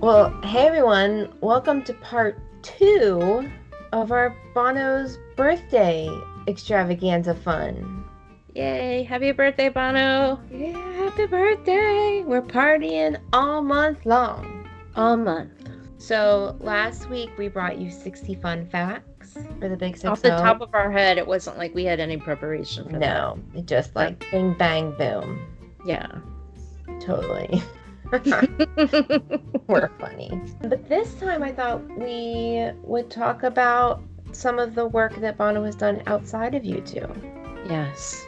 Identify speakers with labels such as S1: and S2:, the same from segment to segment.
S1: Well, hey everyone, welcome to part two of our Bono's birthday extravaganza fun.
S2: Yay! Happy birthday, Bono!
S1: Yeah, happy birthday! We're partying all month long.
S2: All month.
S1: So last week we brought you 60 fun facts for the big six. oh.
S2: Off the top of our head, it wasn't like we had any preparation for that.
S1: no, it just like bing bang boom.
S2: Yeah.
S1: Totally. We're funny. But this time I thought we would talk about some of the work that Bono has done outside of YouTube.
S2: yes.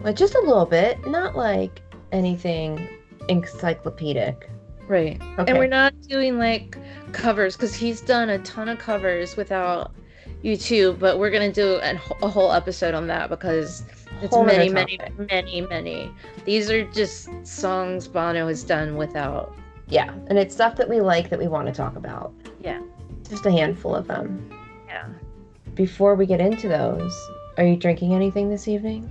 S1: Like just a little bit, not like anything encyclopedic.
S2: Right.
S1: Okay.
S2: And we're not doing like covers because he's done a ton of covers without YouTube, but we're going to do an, a whole episode on that because it's
S1: Whole nother
S2: many, many,
S1: topic.
S2: many, many. These are just songs Bono has done without.
S1: Yeah, and it's stuff that we like that we want to talk about.
S2: Yeah.
S1: Just a handful of them.
S2: Yeah.
S1: Before we get into those, are you drinking anything this evening?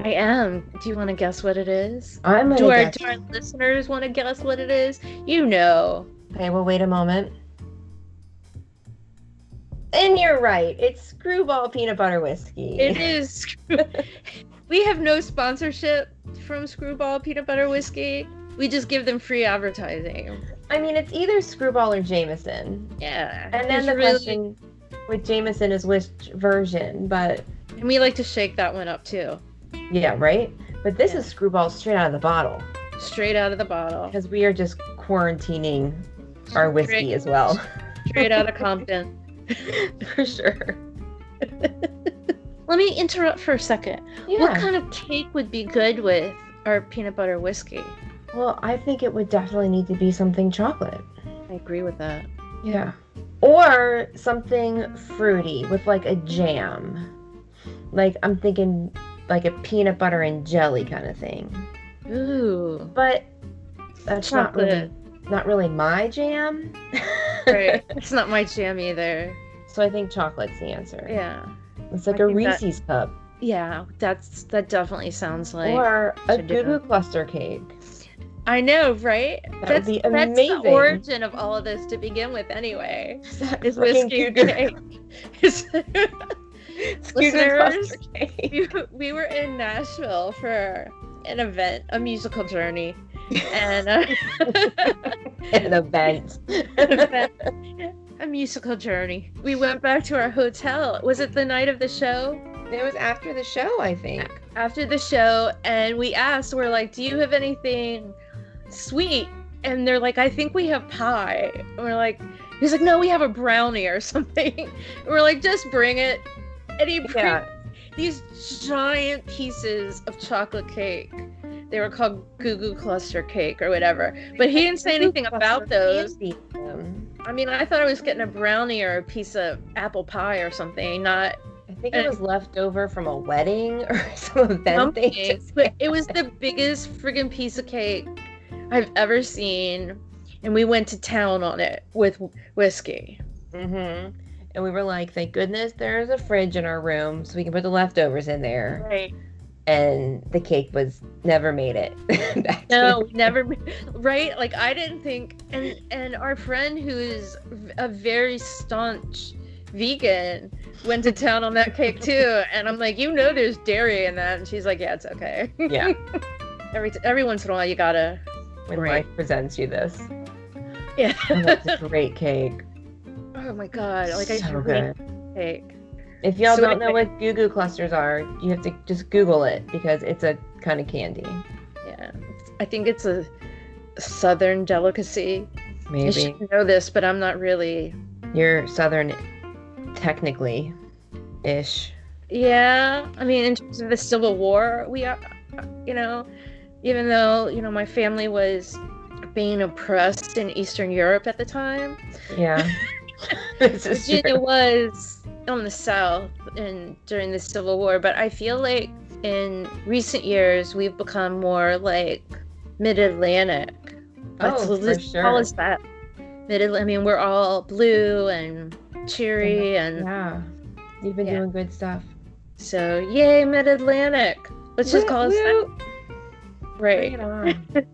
S2: I am. Do you want to guess what it is?
S1: I'm gonna
S2: Do our,
S1: guess-
S2: do our listeners want to guess what it is? You know.
S1: Okay, well wait a moment. And you're right. It's screwball peanut butter whiskey.
S2: It is. Screw- we have no sponsorship from Screwball Peanut Butter Whiskey. We just give them free advertising.
S1: I mean, it's either screwball or Jameson.
S2: Yeah.
S1: And
S2: there's
S1: then the question with Jameson is which version, but
S2: And we like to shake that one up too,
S1: yeah, right? But this
S2: Yeah.
S1: is screwball straight out of the bottle
S2: straight out of the bottle,
S1: because we are just quarantining our whiskey as well.
S2: straight out of Compton.
S1: For sure.
S2: Let me interrupt for a second.
S1: Yeah.
S2: What kind of cake would be good with our peanut butter whiskey?
S1: well, I think it would definitely need to be something chocolate.
S2: I agree with that.
S1: Yeah. Or something fruity with like a jam. Like I'm thinking like a peanut butter and jelly kind of thing.
S2: Ooh.
S1: But that's not really
S2: Chocolate.
S1: not really my jam.
S2: Right. it's not my jam either.
S1: so I think chocolate's the answer.
S2: Yeah.
S1: It's like
S2: I
S1: a
S2: think that-
S1: Reese's cup
S2: Yeah, that's that definitely sounds like
S1: or a
S2: should do
S1: Goo Goo
S2: that.
S1: Cluster Cake.
S2: I know, right?
S1: would
S2: that's
S1: be
S2: that's the
S1: amazing.
S2: origin of all of this to begin with anyway. Is
S1: Freaking Goo
S2: whiskey
S1: Goo-
S2: cake. Is-
S1: Goo Goo
S2: Listeners,
S1: Cluster Cake.
S2: we, we were in Nashville for an event, a musical journey, and uh,
S1: An event.
S2: a musical journey. We went back to our hotel. Was it the night of the show?
S1: It was after the show, I think.
S2: after the show and we asked we're like do you have anything sweet and they're like i think we have pie and we're like he's like no we have a brownie or something and we're like just bring it and he brings
S1: Yeah.
S2: these giant pieces of chocolate cake they were called goo goo cluster cake or whatever but he didn't say anything about those i mean i thought i was getting a brownie or a piece of apple pie or something not
S1: I think it was left over from a wedding or some event they
S2: pumpkin,
S1: just
S2: but it was the biggest friggin' piece of cake I've ever seen, and we went to town on it with whiskey.
S1: Mm-hmm. And we were like, thank goodness there's a fridge in our room so we can put the leftovers in there.
S2: Right.
S1: And the cake was never made it. back to
S2: No, we never. Right? Like I didn't think, and and our friend who is a very staunch vegan went to town on that cake too, and I'm like, you know, there's dairy in that, and she's like, yeah, it's okay.
S1: the- yeah.
S2: Every t- every once in a while, you gotta.
S1: When
S2: Right.
S1: life presents you this.
S2: Yeah.
S1: Oh, that's a great cake.
S2: Oh my god! Like I
S1: so
S2: dreamed
S1: good.
S2: of cake.
S1: If y'all
S2: So
S1: don't know
S2: anyway-
S1: what goo goo clusters are, you have to just Google it because it's a kind of candy.
S2: Yeah, I think it's a southern delicacy. I
S1: Maybe.
S2: should know this, but I'm not really.
S1: You're southern technically ish.
S2: Yeah, I mean, in terms of the Civil War, we are, you know, even though you know my family was being oppressed in Eastern Europe at the time,
S1: Yeah. This is
S2: Virginia
S1: true.
S2: was on the South and during the Civil War. But I feel like in recent years we've become more like Mid-Atlantic. Let's-
S1: Oh, for
S2: let's
S1: sure.
S2: call us that. Mid- I mean, we're all blue and cheery, and
S1: Mm-hmm. Yeah. You've been
S2: Yeah.
S1: doing good stuff.
S2: so yay, Mid Atlantic. Let's just call us that.
S1: Bring
S2: Right.
S1: it on.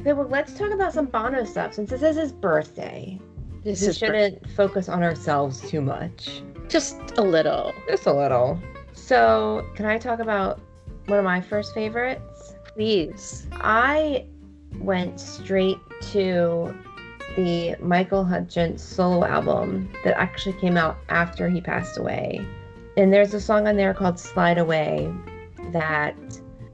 S1: Okay, well, let's talk about some Bono stuff since this is his birthday.
S2: This
S1: we
S2: is
S1: shouldn't focus on ourselves too much.
S2: just a little.
S1: Just a little. So, can I talk about one of my first favorites?
S2: Please.
S1: I went straight to the Michael Hutchins solo album that actually came out after he passed away. And there's a song on there called Slide Away that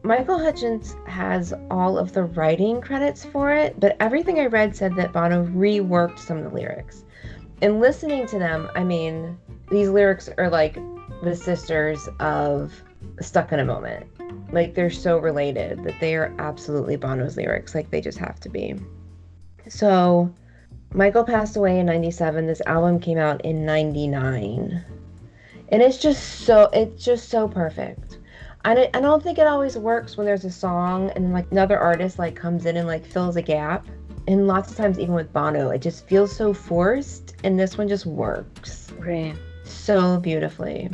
S1: Michael Hutchins has all of the writing credits for it, but everything I read said that Bono reworked some of the lyrics. And listening to them, I mean, these lyrics are like the sisters of Stuck in a Moment. Like they're so related that they are absolutely Bono's lyrics, like they just have to be. So Michael passed away in 97. This album came out in 99. And it's just so it's just so perfect. And I, I don't think it always works when there's a song and like another artist like comes in and like fills a gap. And lots of times even with Bono, it just feels so forced and this one just works
S2: Right.
S1: so beautifully.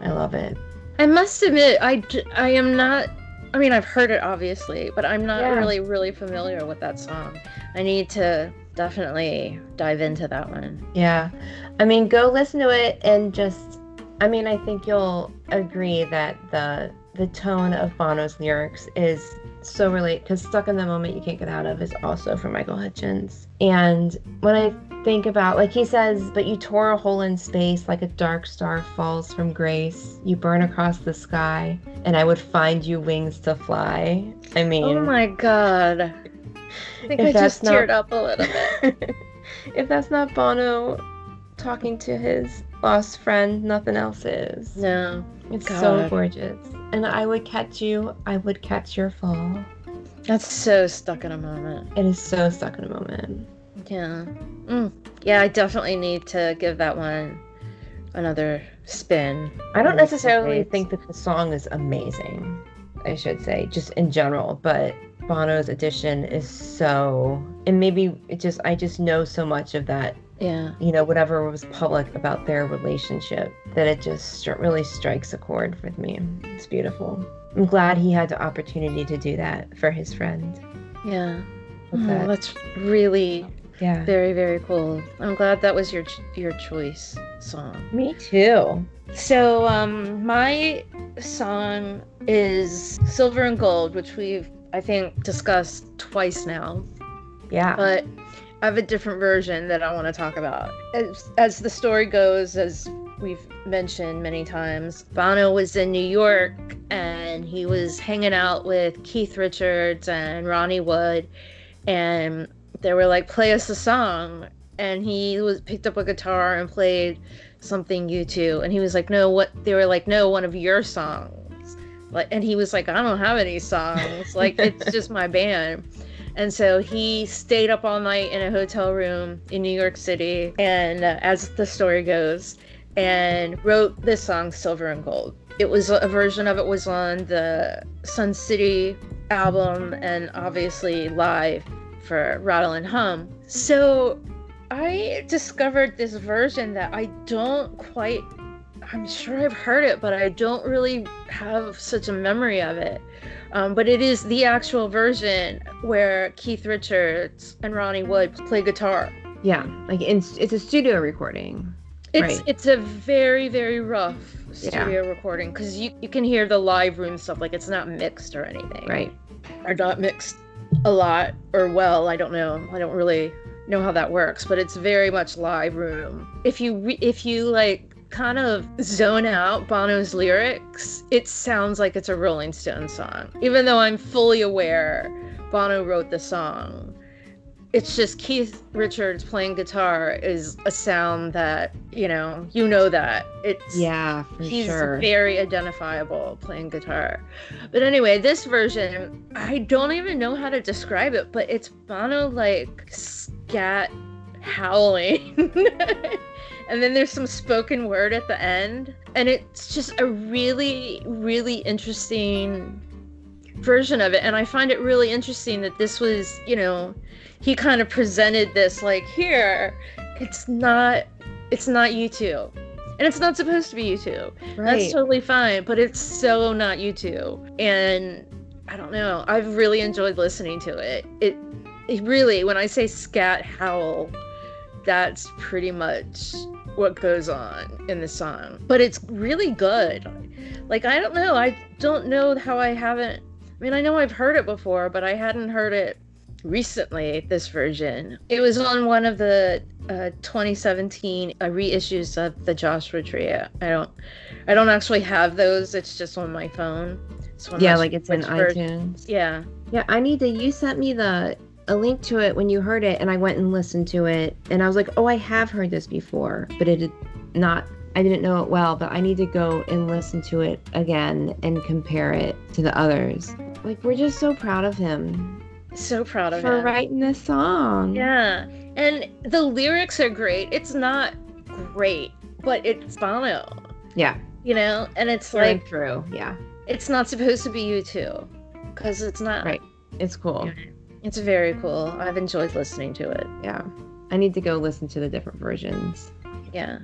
S1: I love it.
S2: I must admit, I, d- I am not. I mean, I've heard it obviously, but I'm not
S1: Yeah.
S2: really, really familiar with that song. I need to definitely dive into that one.
S1: Yeah. I mean, go listen to it and just I mean, I think you'll agree that the the tone of Bono's lyrics is so relate cuz Stuck in the Moment You Can't Get Out of is also from Michael Hutchins. And when I think about like he says, but you tore a hole in space like a dark star falls from grace. You burn across the sky and I would find you wings to fly. I mean,
S2: Oh my god. I think
S1: If
S2: I
S1: that's
S2: just
S1: not-
S2: teared up a little bit.
S1: if that's not Bono talking to his lost friend, nothing else is.
S2: No.
S1: it's so
S2: God.
S1: gorgeous. And I would catch you, I would catch your fall.
S2: That's so stuck in a moment.
S1: It is so stuck in a moment.
S2: Yeah. Mm. Yeah, I definitely need to give that one another spin.
S1: I don't
S2: That is so
S1: necessarily
S2: great.
S1: think that the song is amazing, I should say, just in general, but Bono's edition is so and maybe it just I just know so much of that
S2: Yeah.
S1: you know, whatever was public about their relationship, that it just stri- really strikes a chord with me. It's beautiful. I'm glad he had the opportunity to do that for his friend.
S2: Yeah.
S1: With
S2: Oh,
S1: that.
S2: that's really
S1: Yeah.
S2: very very cool. I'm glad that was your ch- your choice song.
S1: Me too.
S2: So um my song is Silver and Gold, which we've I think discussed twice now.
S1: Yeah.
S2: but I have a different version that I want to talk about. As, as the story goes, as we've mentioned many times, Bono was in New York and he was hanging out with Keith Richards and Ronnie Wood, and they were like, "Play us a song," and he was picked up a guitar and played something you two, and he was like, "No, what?" They were like, "No, one of your songs." Like, and he was like, "I don't have any songs. Like, it's just my band." And so he stayed up all night in a hotel room in New York City, and uh, as the story goes, and wrote this song, Silver and Gold. It was a version of it was on the Sun City album and obviously live for Rattle and Hum. So I discovered this version that I don't quite, I'm sure I've heard it, but I don't really have such a memory of it um, but it is the actual version where Keith Richards and Ronnie
S1: Mm.
S2: Wood play guitar.
S1: yeah. Like in, it's a studio recording.
S2: It's
S1: Right.
S2: it's a very very rough
S1: Yeah.
S2: studio recording because you you can hear the live room stuff like it's not mixed or anything
S1: Right.
S2: or not mixed a lot or well I don't know I don't really know how that works but it's very much live room if you re- if you like kind of zone out Bono's lyrics it sounds like it's a Rolling Stone song even though I'm fully aware Bono wrote the song it's just Keith Richards playing guitar is a sound that you know you know that it's
S1: Yeah, for
S2: he's
S1: sure.
S2: very identifiable playing guitar. But anyway, this version, I don't even know how to describe it, but it's Bono like scat howling. and then there's some spoken word at the end. And it's just a really, really interesting version of it. And I find it really interesting that this was, you know, he kind of presented this like, here, it's not. It's not you two. And it's not supposed to be you two. That's
S1: right.
S2: totally fine, but it's so not you two. And I don't know. I've really enjoyed listening to it. It really, when I say scat howl, that's pretty much what goes on in the song. But it's really good. Like I don't know, I don't know how I haven't. I mean, I know I've heard it before, but I hadn't heard it recently. This version. It was on one of the uh, 2017 uh, reissues of the Joshua Tree. I don't, I don't actually have those. It's just on my phone. It's one of
S1: yeah,
S2: those-
S1: like it's in
S2: which version-
S1: iTunes.
S2: Yeah.
S1: Yeah, I need to. You sent me the a link to it when you heard it, and I went and listened to it, and I was like, oh, I have heard this before, but it had not. I didn't know it well, but I need to go and listen to it again and compare it to the others. Like we're just so proud of him
S2: So proud of
S1: for
S2: him.
S1: writing this song.
S2: Yeah. And the lyrics are great. It's not great, but it's Bono,
S1: yeah,
S2: you know? And it's
S1: through and
S2: like,
S1: through. Yeah,
S2: it's not supposed to be you two because it's not.
S1: Right. it's cool.
S2: Yeah. It's very cool. I've enjoyed listening to it.
S1: yeah, I need to go listen to the different versions.
S2: Yeah.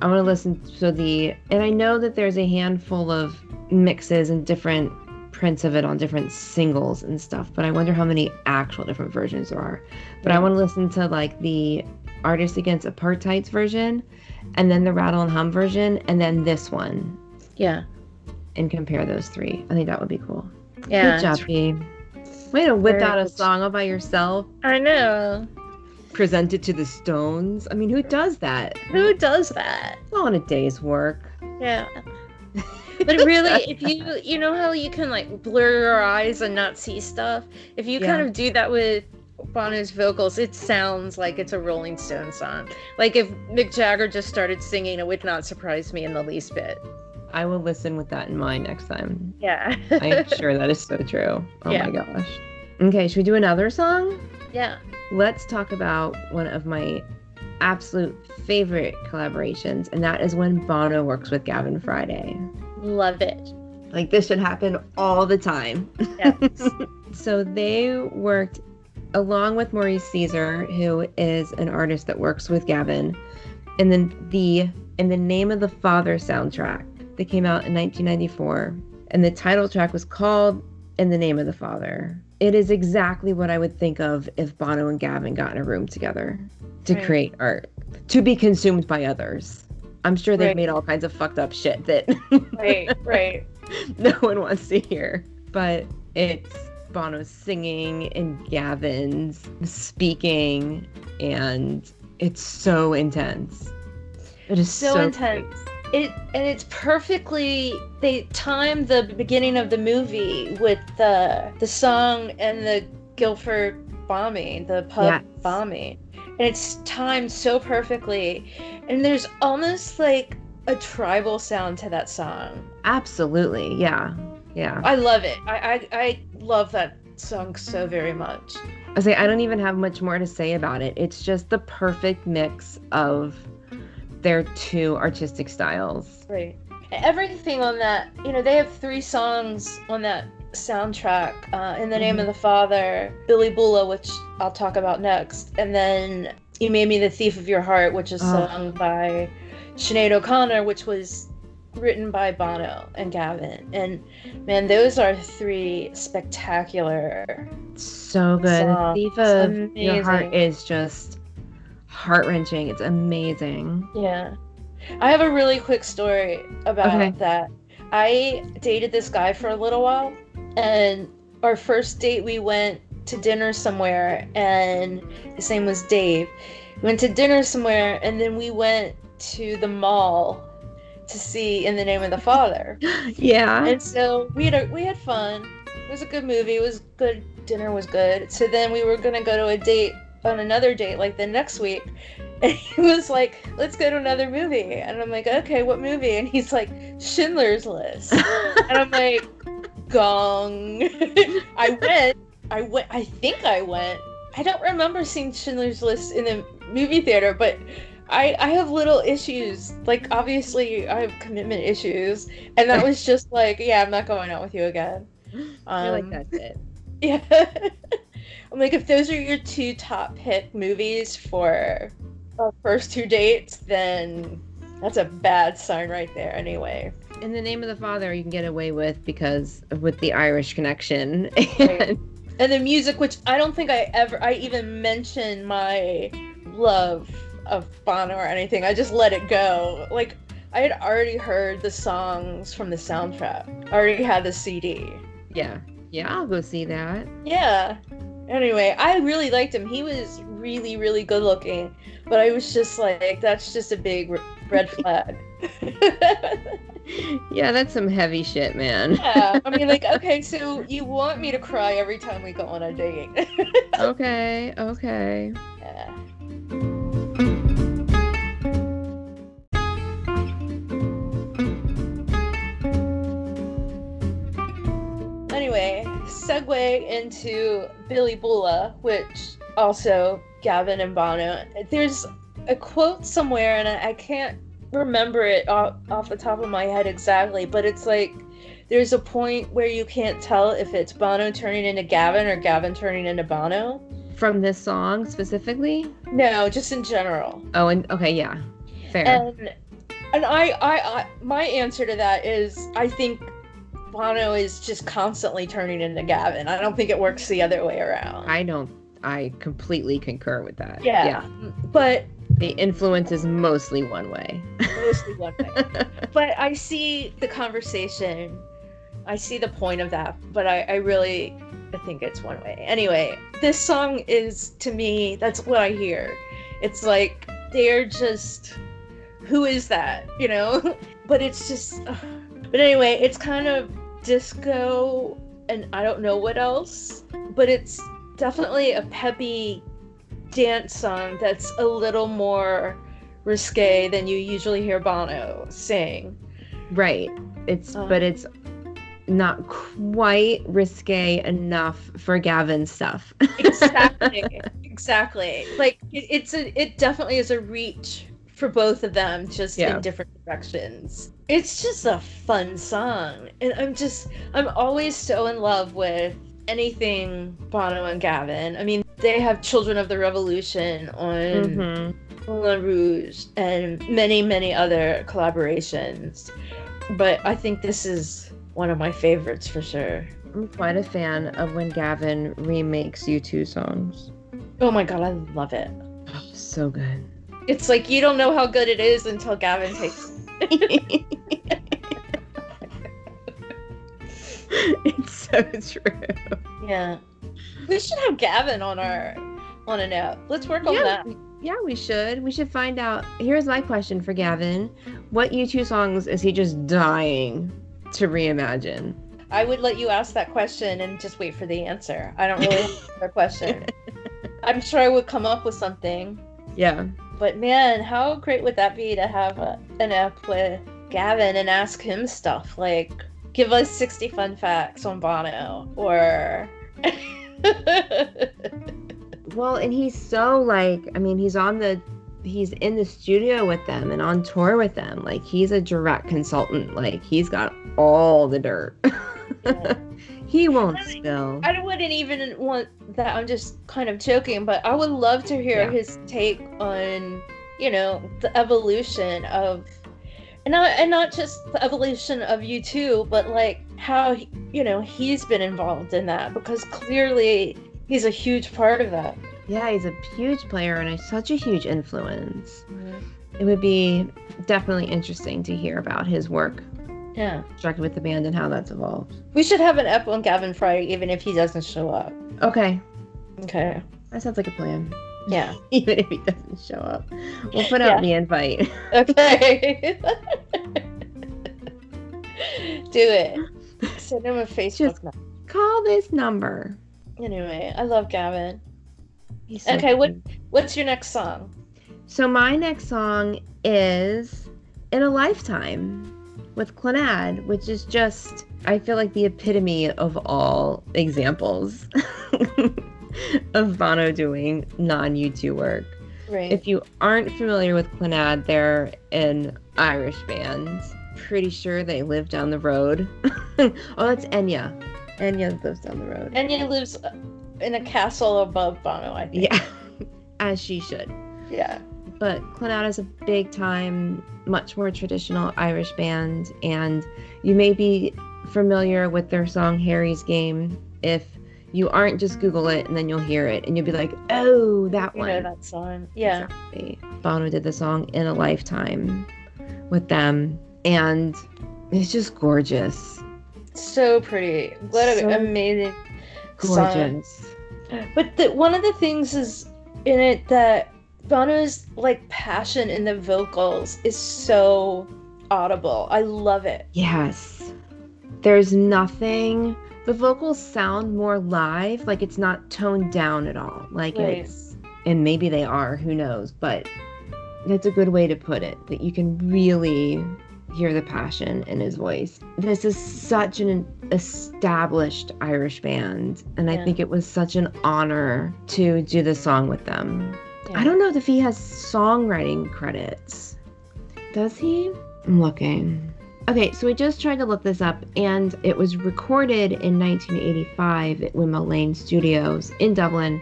S1: I want to listen to the, and I know that there's a handful of mixes and different prints of it on different singles and stuff, but I wonder how many actual different versions there are. But I want to listen to like the Artist Against Apartheid's version, and then the Rattle and Hum version, and then this one,
S2: Yeah.
S1: and compare those three. I think that would be cool.
S2: Yeah.
S1: Good job, P. Way to whip
S2: Very
S1: out a
S2: good.
S1: song all by yourself,
S2: I know.
S1: present it to the Stones. I mean, who does that?
S2: Who does that?
S1: It's all in a day's work.
S2: Yeah. But really, if you you know how you can like blur your eyes and not see stuff, if you kind
S1: Yeah.
S2: of do that with Bono's vocals, it sounds like it's a Rolling Stone song. Like if Mick Jagger just started singing, it would not surprise me in the least bit.
S1: I will listen with that in mind next time.
S2: Yeah.
S1: I'm sure that is so true. Oh
S2: Yeah.
S1: my gosh. Okay, should we do another song?
S2: yeah.
S1: Let's talk about one of my absolute favorite collaborations, and that is when Bono works with Gavin Friday.
S2: Love it.
S1: Like, this should happen all the time.
S2: Yes.
S1: So they worked along with Maurice Caesar, who is an artist that works with Gavin, and then the in the name of the father soundtrack that came out in 1994, and the title track was called "In the Name of the Father." It is exactly what I would think of if Bono and Gavin got in a room together to
S2: Right.
S1: create art to be consumed by others. I'm sure they've
S2: Right.
S1: made all kinds of fucked up shit that
S2: right, right.
S1: no one wants to hear. But it's Bono singing and Gavin's speaking, and it's so intense. It is so,
S2: So intense. It and it's perfectly they time the beginning of the movie with the the song and the Guilford bombing, the pub
S1: Yes.
S2: bombing. And it's timed so perfectly. And there's almost like a tribal sound to that song.
S1: Absolutely, yeah, yeah.
S2: I love it. I I, I love that song so very much.
S1: I say I don't even have much more to say about it. It's just the perfect mix of their two artistic styles.
S2: Right. Everything on that, you know, they have three songs on that soundtrack uh, In the Name
S1: Mm-hmm.
S2: of the Father, Billy Bula, which I'll talk about next, and then You Made Me the Thief of Your Heart, which is
S1: Oh.
S2: sung by Sinead O'Connor, which was written by Bono and Gavin. And man, those are three spectacular.
S1: So good.
S2: Songs.
S1: Thief of Your
S2: Amazing.
S1: Heart is just heart wrenching. It's amazing.
S2: Yeah. I have a really quick story about
S1: Okay.
S2: that. I dated this guy for a little while, and our first date, we went to dinner somewhere, and his name was Dave. We went to dinner somewhere, and then we went to the mall to see In the Name of the Father.
S1: Yeah.
S2: And so we had a, we had fun. It was a good movie. It was good. Dinner was good. So then we were gonna go to a date on another date like the next week. And he was like, "Let's go to another movie." And I'm like, "Okay, what movie?" And he's like, "Schindler's List." and I'm like, "Gong." I went. I went. I think I went. I don't remember seeing Schindler's List in the movie theater, but I I have little issues. Like obviously, I have commitment issues, and that was just like, yeah, I'm not going out with you again.
S1: I
S2: Um,
S1: like that's it.
S2: Yeah. I'm like, if those are your two top pick movies for our first two dates, then that's a bad sign right there. Anyway.
S1: in the name of the father you can get away with because with the irish connection
S2: Right.
S1: and
S2: and the music, which I don't think I ever, I even mentioned my love of Bono or anything. I just let it go. Like I had already heard the songs from the soundtrack. I already had the CD.
S1: Yeah. Yeah, I'll go see that.
S2: Yeah. Anyway, I really liked him. He was really, really good looking, but I was just like, that's just a big r- red flag.
S1: yeah, that's some heavy shit, man.
S2: yeah, I mean, like, okay, so you want me to cry every time we go on a date?
S1: okay, okay.
S2: yeah. Anyway, segue into Billy Bula, which also Gavin and Bono. There's a quote somewhere, and I I can't remember it off, off the top of my head exactly, but it's like there's a point where you can't tell if it's Bono turning into Gavin or Gavin turning into Bono.
S1: From this song specifically?
S2: No, just in general.
S1: Oh, and okay, yeah. Fair.
S2: And and I, I I my answer to that is I think Bono is just constantly turning into Gavin. I don't think it works the other way around.
S1: I don't I completely concur with that.
S2: Yeah. But
S1: The influence is mostly one way.
S2: mostly one way. but I see the conversation. I see the point of that, but I, I really I think it's one way. Anyway, this song is to me, that's what I hear. It's like they're just who is that? You know? but it's just but anyway, it's kind of disco and I don't know what else, but it's definitely a peppy dance song that's a little more risque than you usually hear Bono sing.
S1: Right. It's
S2: Um,
S1: but it's not quite risque enough for Gavin's stuff.
S2: Exactly, exactly. Like it, it's a, it definitely is a reach for both of them, just
S1: Yeah.
S2: in different directions. It's just a fun song, and I'm just, I'm always so in love with anything Bono and Gavin. I mean, they have Children of the Revolution on.
S1: hmm
S2: Moulin Rouge and many, many other collaborations. But I think this is one of my favorites for sure.
S1: I'm quite a fan of when Gavin remakes U2 songs.
S2: Oh my god, I love it.
S1: Oh, so good.
S2: It's like you don't know how good it is until Gavin takes
S1: it's so true.
S2: Yeah. We should have Gavin on our on an app. Let's work on
S1: yeah,
S2: that.
S1: we- yeah, we should. We should find out. Here's my question for Gavin What U2 songs is he just dying to reimagine?
S2: I would let you ask that question and just wait for the answer. I don't really have another question. I'm sure I would come up with something.
S1: Yeah.
S2: But man, how great would that be to have a, an app with Gavin and ask him stuff like, give us 60 fun facts on Bono or.
S1: Well, and he's so like, I mean, he's on the, he's in the studio with them and on tour with them. Like, he's a direct consultant. Like, he's got all the dirt. he won't spill.
S2: I wouldn't even want that. I'm just kind of joking, but I would love to hear
S1: Yeah.
S2: his take on, you know, the evolution of, and not and not just the evolution of you two, but like how he- you know he's been involved in that because clearly he's a huge part of that.
S1: Yeah, he's a huge player and a, such a huge influence. It would be definitely interesting to hear about his work
S2: Yeah,
S1: directly with the band and how that's evolved.
S2: we should have an up on Gavin Friday, even if he doesn't show up.
S1: Okay,
S2: Okay.
S1: that sounds like a plan.
S2: Yeah.
S1: Even if he doesn't show up, we'll put out the invite.
S2: Okay. Do it. Send him a Facebook.
S1: Just-
S2: message.
S1: Call this number.
S2: Anyway, I love Gavin.
S1: He's so
S2: Okay, what-
S1: cute.
S2: What's your next song?
S1: So my next song is "In a Lifetime" with Clannad, which is just I feel like the epitome of all examples of Bono doing non U2 work.
S2: Right.
S1: If you aren't familiar with Clannad, they're an Irish band. Pretty sure they live down the road. oh, that's Enya. Enya lives down the road.
S2: Enya lives uh, in a castle above Bono, I think.
S1: Yeah, as she should.
S2: Yeah.
S1: but Clannad is a big time, much more traditional Irish band, and you may be familiar with their song Harry's Game if You aren't just Google it and then you'll hear it and you'll be like, oh, that
S2: You
S1: one.
S2: know that song. Yeah.
S1: Exactly. Bono did the song In a Lifetime with them, and it's just gorgeous.
S2: So pretty. What
S1: So
S2: an amazing song.
S1: Gorgeous.
S2: But the, one of the things is in it that Bono's like passion in the vocals is so audible. I love it.
S1: Yes. There's nothing. The vocals sound more live, like it's not toned down at all. Like
S2: Right.
S1: it's, and maybe they are, who knows? But that's a good way to put it. That you can really hear the passion in his voice. This is such an established Irish band, and I
S2: Yeah.
S1: think it was such an honor to do the song with them.
S2: Yeah.
S1: I don't know if he has songwriting credits. Does he? I'm looking. Okay, so we just tried to look this up, and it was recorded in 1985 at Wimmo Lane Studios in Dublin,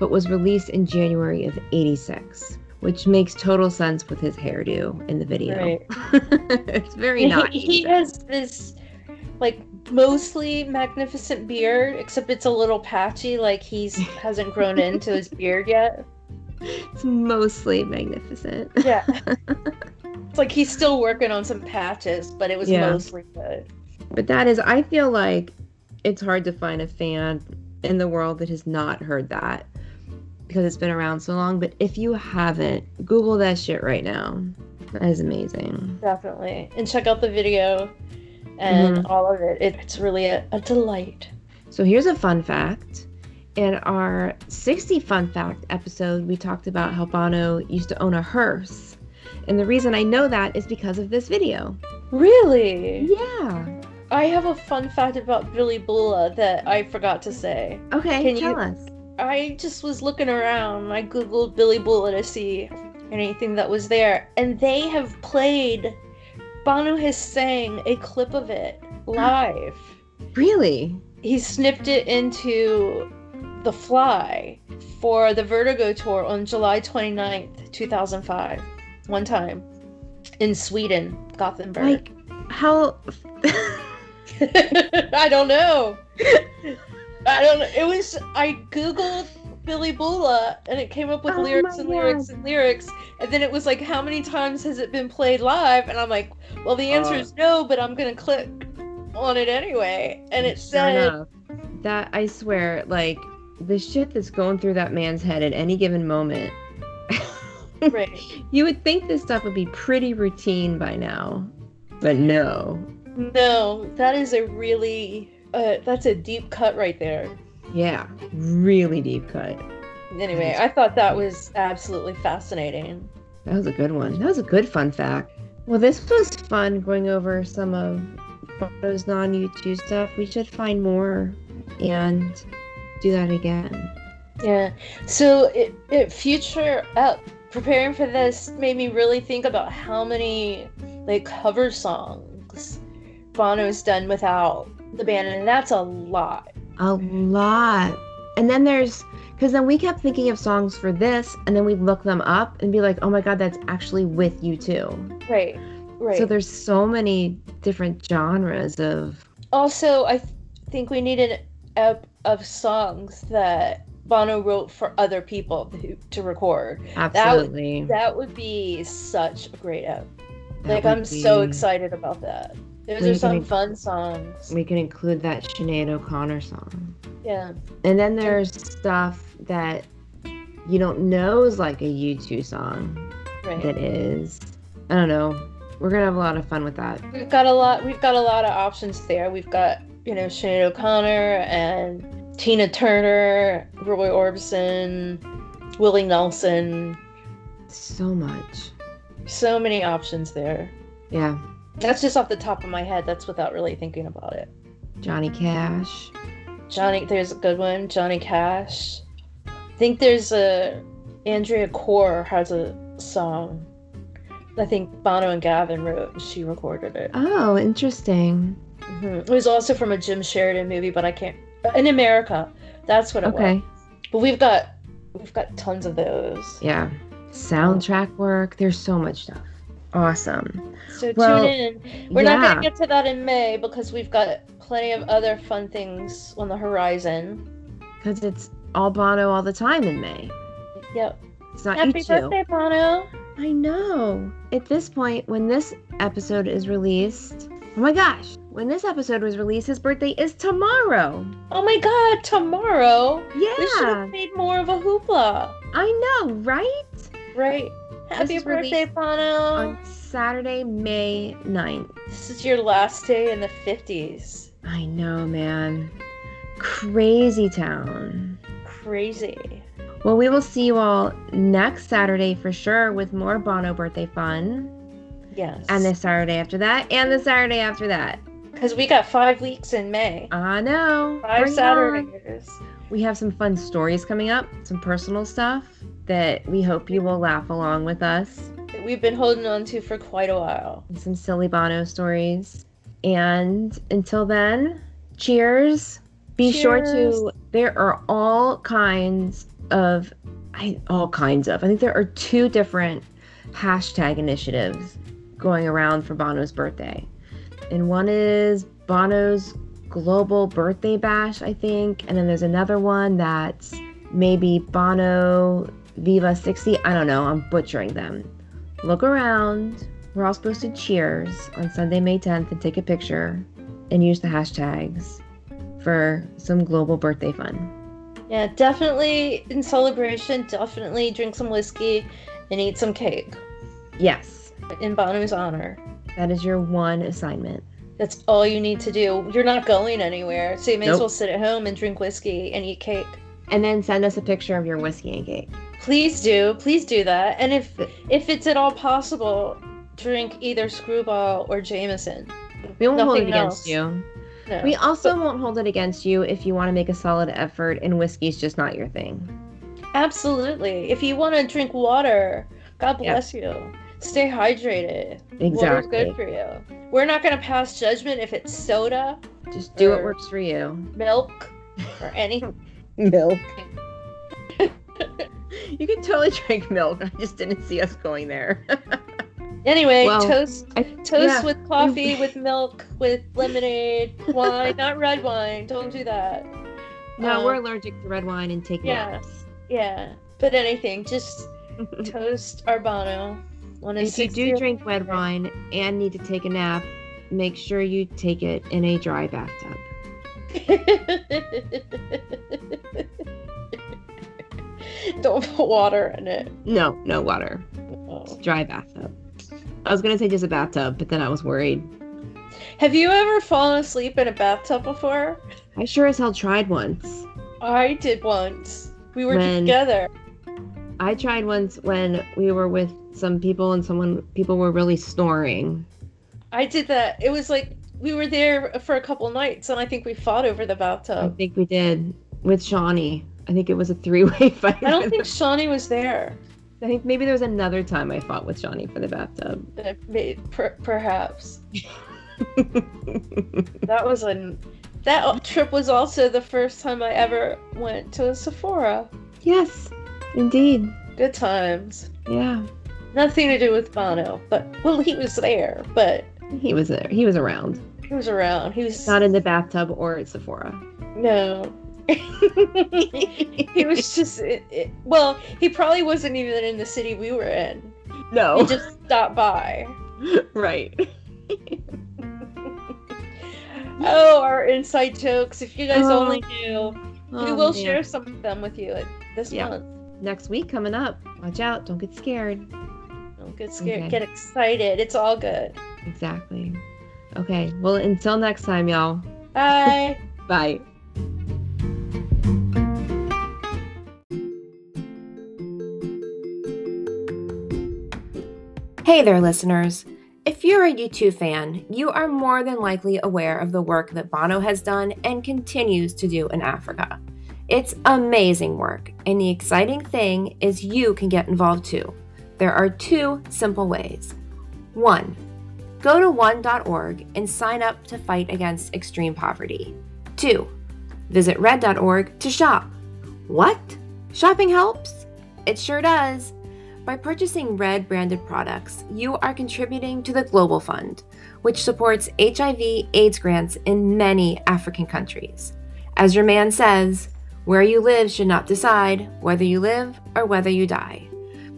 S1: but was released in January of 86, which makes total sense with his hairdo in the video.
S2: Right.
S1: it's very not.
S2: he, he has this like mostly magnificent beard, except it's a little patchy, like he's hasn't grown into his beard yet.
S1: It's mostly magnificent.
S2: Yeah. it's like he's still working on some patches, but it was
S1: Yeah.
S2: mostly good.
S1: But that is, I feel like it's hard to find a fan in the world that has not heard that because it's been around so long. But if you haven't, Google that shit right now. That is amazing.
S2: Definitely. And check out the video and
S1: Mm-hmm.
S2: all of it. It's really a, a delight.
S1: So here's a fun fact. In our 60 fun fact episode, we talked about how Bono used to own a hearse. And the reason I know that is because of this video.
S2: Really?
S1: Yeah.
S2: I have a fun fact about Billy Bula that I forgot to say.
S1: Okay,
S2: Can you-
S1: tell us.
S2: I just was looking around. I googled Billy Bula to see anything that was there, and they have played. Bono has sang a clip of it live.
S1: Really?
S2: He snipped it into The Fly for the Vertigo tour on July 29th, 2005, one time in Sweden, Gothenburg.
S1: Like, how.
S2: I don't know. I don't know. It was I googled Billy Bula and it came up with
S1: Oh
S2: lyrics
S1: my
S2: and lyrics
S1: God.
S2: and lyrics and then it was like how many times has it been played live and I'm like, well the answer
S1: Uh.
S2: is no, but I'm going to click on it anyway and it
S1: Sure
S2: said
S1: enough. that I swear, like the shit that's going through that man's head at any given moment.
S2: right.
S1: you would think this stuff would be pretty routine by now, but no.
S2: No, that is a really uh, that's a deep cut right there.
S1: Yeah, really deep cut.
S2: Anyway, I thought that was absolutely fascinating.
S1: That was a good one. That was a good fun fact. Well, this was fun going over some of Bono's non YouTube stuff. We should find more and do that again.
S2: Yeah. So it, it future up preparing for this made me really think about how many like cover songs Bono's done without the band, and that's a lot.
S1: A lot. And then there's because then we kept thinking of songs for this, and then we'd look them up and be like, oh my god, that's actually with you too.
S2: Right. Right.
S1: So there's so many different genres of
S2: also, I th- think we need an ep of songs that Bono wrote for other people to, to record.
S1: absolutely.
S2: That would be such a great ep.
S1: That
S2: Like
S1: would
S2: I'm so
S1: be-
S2: excited about that. Those
S1: We
S2: are
S1: can
S2: some
S1: make-
S2: fun songs.
S1: We can include that Sinead O'Connor song.
S2: Yeah.
S1: And then there's stuff that you don't know is like a U2 song
S2: Right.
S1: that is. I don't know. We're gonna have a lot of fun with that.
S2: we've got a lot we've got a lot of options there we've got you know Sinead o'connor and tina turner roy orbison willie nelson
S1: So much.
S2: so many options there
S1: Yeah.
S2: that's just off the top of my head that's without really thinking about it
S1: Johnny Cash.
S2: johnny there's a good one johnny cash i think there's a andrea core has a song i think bono and gavin wrote and she recorded it
S1: Oh, interesting.
S2: Mhm. It was also from a Jim Sheridan movie, but I can't. In America, that's what it
S1: Okay.
S2: was. But we've got we've got tons of those.
S1: Yeah. Soundtrack work. There's so much stuff. Awesome.
S2: So
S1: Well,
S2: tune in. We're not
S1: yeah.
S2: going to get to that in May because we've got plenty of other fun things on the horizon.
S1: because it's all Bono all the time in May.
S2: Yep.
S1: It's not
S2: Happy
S1: Ichigo.
S2: birthday, Bono.
S1: I know. At this point, when this episode is released, oh my gosh, when this episode was released, his birthday is tomorrow.
S2: Oh my God, tomorrow. We should
S1: Yeah,
S2: have made more of a hoopla.
S1: I know, right?
S2: Right. Happy
S1: is
S2: birthday,
S1: released
S2: Bono.
S1: On Saturday, May 9th.
S2: This is your last day in the 50s.
S1: I know, man. Crazy town.
S2: Crazy.
S1: Well, we will see you all next Saturday for sure with more Bono birthday fun.
S2: Yes.
S1: And the Saturday after that, and the Saturday after that.
S2: Because we got five weeks in May.
S1: I know.
S2: Five
S1: Bring it on.
S2: Saturdays.
S1: We have some fun stories coming up, some personal stuff that we hope you will laugh along with us,
S2: that We've been holding on to for quite a while.
S1: and some silly Bono stories. And until then, cheers. Be sure to,
S2: Cheers.
S1: there are all kinds of, I, all kinds of, I think there are two different hashtag initiatives going around for Bono's birthday. And one is Bono's Global Birthday Bash, I think. And then there's another one that's maybe Bono Viva 60. I don't know. I'm butchering them. Look around. We're all supposed to cheers on Sunday, May 10th and take a picture and use the hashtags for some global birthday fun.
S2: Yeah, definitely in celebration, definitely drink some whiskey and eat some cake
S1: Yes,
S2: in Bono's honor.
S1: that is your one assignment.
S2: That's all you need to do. You're not going anywhere, so you may as
S1: Nope.
S2: well sit at home and drink whiskey and eat cake.
S1: And then send us a picture of your whiskey and cake.
S2: Please do, please do that. And if if it's at all possible, drink either Screwball or Jameson.
S1: We won't hold it
S2: Nothing
S1: against
S2: else.
S1: you.
S2: No.
S1: We also won't hold it against you if you want to make a solid effort and whiskey's just not your thing.
S2: Absolutely. If you want to drink water, God
S1: Yeah.
S2: bless you. Stay hydrated. Water's
S1: Exactly.
S2: good for you. We're not going to pass judgment if it's soda,
S1: Just do what
S2: Or-
S1: works for you.
S2: milk, or anything.
S1: Milk. you can totally drink milk. I just didn't see us going there.
S2: Anyway,
S1: Well,
S2: toast
S1: I-
S2: toast
S1: yeah.
S2: with coffee, with milk, with lemonade, wine, not red wine. Don't do that.
S1: no,
S2: Um,
S1: we're allergic to red wine and take
S2: yeah.
S1: naps.
S2: Yeah, but anything, just toast Arbano on a
S1: if you do
S2: 60
S1: drink red wine and need to take a nap, make sure you take it in a dry bathtub.
S2: Don't put water in it. Oh.
S1: No, no water. Just Dry bathtub. I was gonna say just a bathtub, but then I was worried.
S2: Have you ever fallen asleep in a bathtub before?
S1: I sure as hell tried once.
S2: I did once. We were
S1: When-
S2: together.
S1: I tried once when we were with some people and someone people were really snoring.
S2: I did that. It was like we were there for a couple nights, and I think we fought over the
S1: I
S2: bathtub.
S1: think we did with Shawnee. I think it was a three-way fight.
S2: I don't
S1: with-
S2: think Shawnee was there.
S1: I think maybe there was another time I fought with Shawnee for the bathtub.
S2: Uh, may- per- Perhaps that was an that trip was also the first time I ever went to a Sephora.
S1: yes, indeed.
S2: Good times.
S1: Yeah,
S2: Nothing to do with Bono, but well, he was there, but
S1: he was there. He was around.
S2: he was around. He was
S1: Not in the bathtub or at Sephora.
S2: no. he was just it, it, well. He probably wasn't even in the city we were in. He
S1: No,
S2: just stopped by.
S1: right.
S2: Oh, our inside jokes! If you guys
S1: Oh.
S2: only knew, we
S1: Oh,
S2: will
S1: man.
S2: share some of them with you at- this
S1: Yeah.
S2: month.
S1: next week coming up. Watch out! Don't get scared.
S2: Don't get scared.
S1: Okay.
S2: Get excited. It's all good.
S1: Exactly. Okay. Well, until next time, y'all.
S2: Bye.
S1: Bye. Hey there, listeners. If you're a U2 fan, you are more than likely aware of the work that Bono has done and continues to do in Africa. It's amazing work, and the exciting thing is you can get involved too. There are two simple ways. One, go to one.org and sign up to fight against extreme poverty. 2. Visit red.org to shop. What? Shopping helps? It sure does. By purchasing red branded products, you are contributing to the Global Fund, which supports HIV AIDS grants in many African countries. As your man says, Where you live should not decide whether you live or whether you die.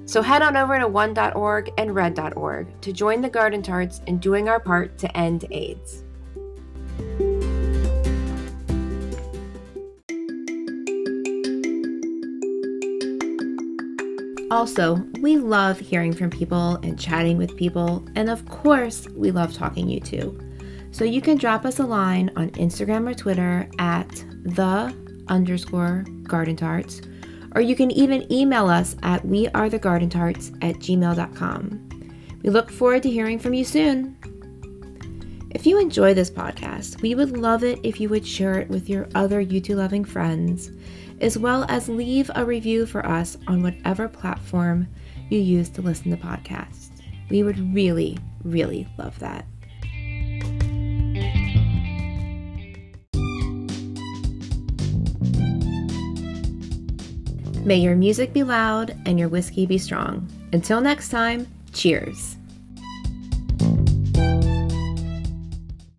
S1: So head on over to one.org and red.org to join the Garden Tarts in doing our part to end AIDS. Also, we love hearing from people and chatting with people, and of course, we love talking you too. So you can drop us a line on Instagram or Twitter at the underscore garden tarts, or you can even email us at wearethegardentarts at gmail.com. We look forward to hearing from you soon. If you enjoy this podcast, we would love it if you would share it with your other YouTube loving friends, as well as leave a review for us on whatever platform you use to listen to podcasts. We would really, really love that. May your music be loud and your whiskey be strong. Until next time, cheers.